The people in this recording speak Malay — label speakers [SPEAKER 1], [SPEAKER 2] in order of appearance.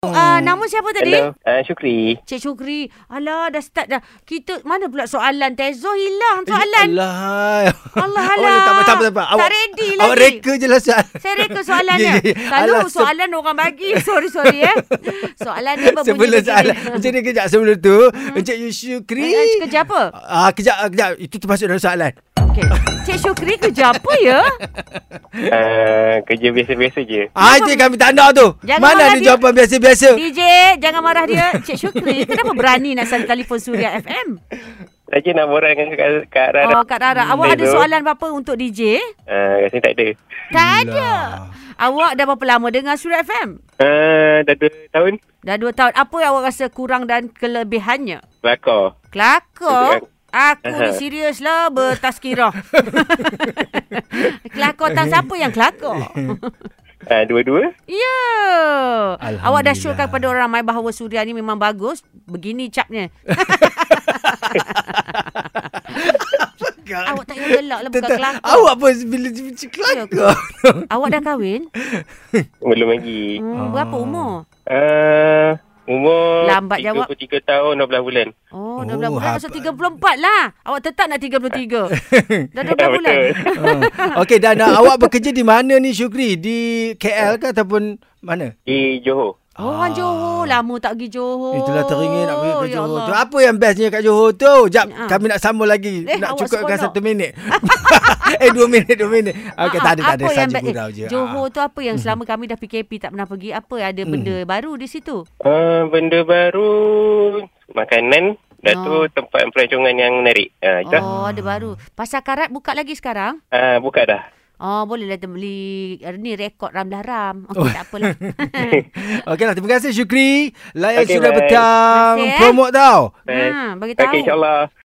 [SPEAKER 1] Hmm.
[SPEAKER 2] Uh, nama siapa tadi?
[SPEAKER 3] Hello, uh, Syukri.
[SPEAKER 2] Cik Syukri. Alah, dah start dah. Kita, mana pula soalan? Tezo
[SPEAKER 1] Ya Eh,
[SPEAKER 2] hilang soalan.
[SPEAKER 1] Alah.
[SPEAKER 2] Allah,
[SPEAKER 1] Awak ni Oh, ya, tak apa, tak apa, tak apa.
[SPEAKER 2] Tak ready lagi.
[SPEAKER 1] Awak reka je lah soalan.
[SPEAKER 2] Saya reka soalan dia.
[SPEAKER 1] Ya, ya, ya.
[SPEAKER 2] Kalau
[SPEAKER 1] Alah, se-
[SPEAKER 2] soalan orang bagi. Sorry, sorry eh. Soalan dia berbunyi
[SPEAKER 1] Sebelum
[SPEAKER 2] begini.
[SPEAKER 1] soalan Encik ni kejap sebelum tu Encik Yusyukri
[SPEAKER 2] Eh, eh, kerja apa?
[SPEAKER 1] Ah, kejap, ah, kejap Itu termasuk dalam soalan
[SPEAKER 2] Okey. Cik Syukri kerja apa ya?
[SPEAKER 3] Uh, kerja biasa-biasa je.
[SPEAKER 1] Ah, itu yang kami tak nak tu
[SPEAKER 2] Jangan marah
[SPEAKER 1] Mana ada
[SPEAKER 2] dia.
[SPEAKER 1] jawapan biasa-biasa
[SPEAKER 2] DJ, jangan marah dia. Cik Syukri, kenapa berani nak sari telefon Suria FM?
[SPEAKER 3] Saja nak borak dengan Kak, Kak Rara.
[SPEAKER 2] Oh, Kak Rara,
[SPEAKER 3] Hmm,
[SPEAKER 2] awak ada
[SPEAKER 3] Tezo.
[SPEAKER 2] soalan apa untuk DJ?
[SPEAKER 3] Uh, kat sini tak ada.
[SPEAKER 2] Tak ada. Awak dah berapa lama dengar Suria FM?
[SPEAKER 3] Uh, dah 2 tahun.
[SPEAKER 2] Dah dua tahun. Apa yang awak rasa kurang dan kelebihannya?
[SPEAKER 3] Kelakar.
[SPEAKER 2] Kelakor.
[SPEAKER 3] Betul.
[SPEAKER 2] Aku ni
[SPEAKER 3] eh, Aha.
[SPEAKER 2] serius lah bertazkirah. kelakor tak siapa yang kelakor?
[SPEAKER 3] Uh, dua-dua.
[SPEAKER 2] Ya.
[SPEAKER 1] Alhamdulillah.
[SPEAKER 2] Awak dah syorkan kepada orang ramai bahawa Suria ni memang bagus. Begini capnya. Awak tak payah gelak lah bukan
[SPEAKER 1] Tentang-
[SPEAKER 2] kelakor.
[SPEAKER 1] Awak pun bila
[SPEAKER 2] Ya
[SPEAKER 1] macam kelakar
[SPEAKER 2] Awak dah kahwin?
[SPEAKER 3] Belum lagi.
[SPEAKER 2] Hmm,
[SPEAKER 1] Ah.
[SPEAKER 2] berapa umur?
[SPEAKER 3] Uh, umur
[SPEAKER 2] Lambat jawab.
[SPEAKER 3] 33 tahun 12 bulan.
[SPEAKER 2] Oh,
[SPEAKER 1] Oh,
[SPEAKER 2] 12 bulan.
[SPEAKER 1] hab-
[SPEAKER 2] Maksud 34 lah. Awak tetap nak 33. Dah 12 bulan.
[SPEAKER 3] Ya, Betul.
[SPEAKER 1] Ah. Okey dan ah, awak bekerja di mana ni Syukri? Di KL ke ataupun mana?
[SPEAKER 3] Di Johor.
[SPEAKER 2] Oh, orang Johor. Lama tak pergi Johor.
[SPEAKER 1] Ah. Itulah teringin nak pergi ke
[SPEAKER 2] Ya
[SPEAKER 1] Johor tu.
[SPEAKER 2] Allah.
[SPEAKER 1] Apa yang bestnya kat Johor tu? Jap,
[SPEAKER 2] Ah.
[SPEAKER 1] kami nak sambung lagi.
[SPEAKER 2] Eh,
[SPEAKER 1] nak
[SPEAKER 2] awak
[SPEAKER 1] cukupkan
[SPEAKER 2] seronok.
[SPEAKER 1] satu minit. eh, dua minit, dua minit. Okey,
[SPEAKER 2] Ah,
[SPEAKER 1] tak ada, tak ada.
[SPEAKER 2] apa yang
[SPEAKER 1] Saja
[SPEAKER 2] ba- eh,
[SPEAKER 1] gurau je. Ah.
[SPEAKER 2] Johor tu apa yang selama kami dah PKP tak pernah pergi? Apa ada benda baru di situ?
[SPEAKER 3] Uh, benda baru. Makanan. Dah
[SPEAKER 2] Oh.
[SPEAKER 3] tu tempat pelancongan yang menarik. Uh, dah.
[SPEAKER 2] Oh, ada baru. Pasar karat buka lagi sekarang?
[SPEAKER 3] Uh, buka dah.
[SPEAKER 2] Oh, bolehlah kita beli eh, ni rekod Ramlah Ram.
[SPEAKER 1] Oh.
[SPEAKER 2] Okey, tak apalah.
[SPEAKER 1] Okeylah, terima kasih Syukri. Layan
[SPEAKER 3] Okey,
[SPEAKER 1] sudah
[SPEAKER 3] bye.
[SPEAKER 1] petang.
[SPEAKER 2] Terima kasih, eh.
[SPEAKER 1] Promote tau.
[SPEAKER 2] ha, bagi tahu.
[SPEAKER 3] Okay, insyaAllah.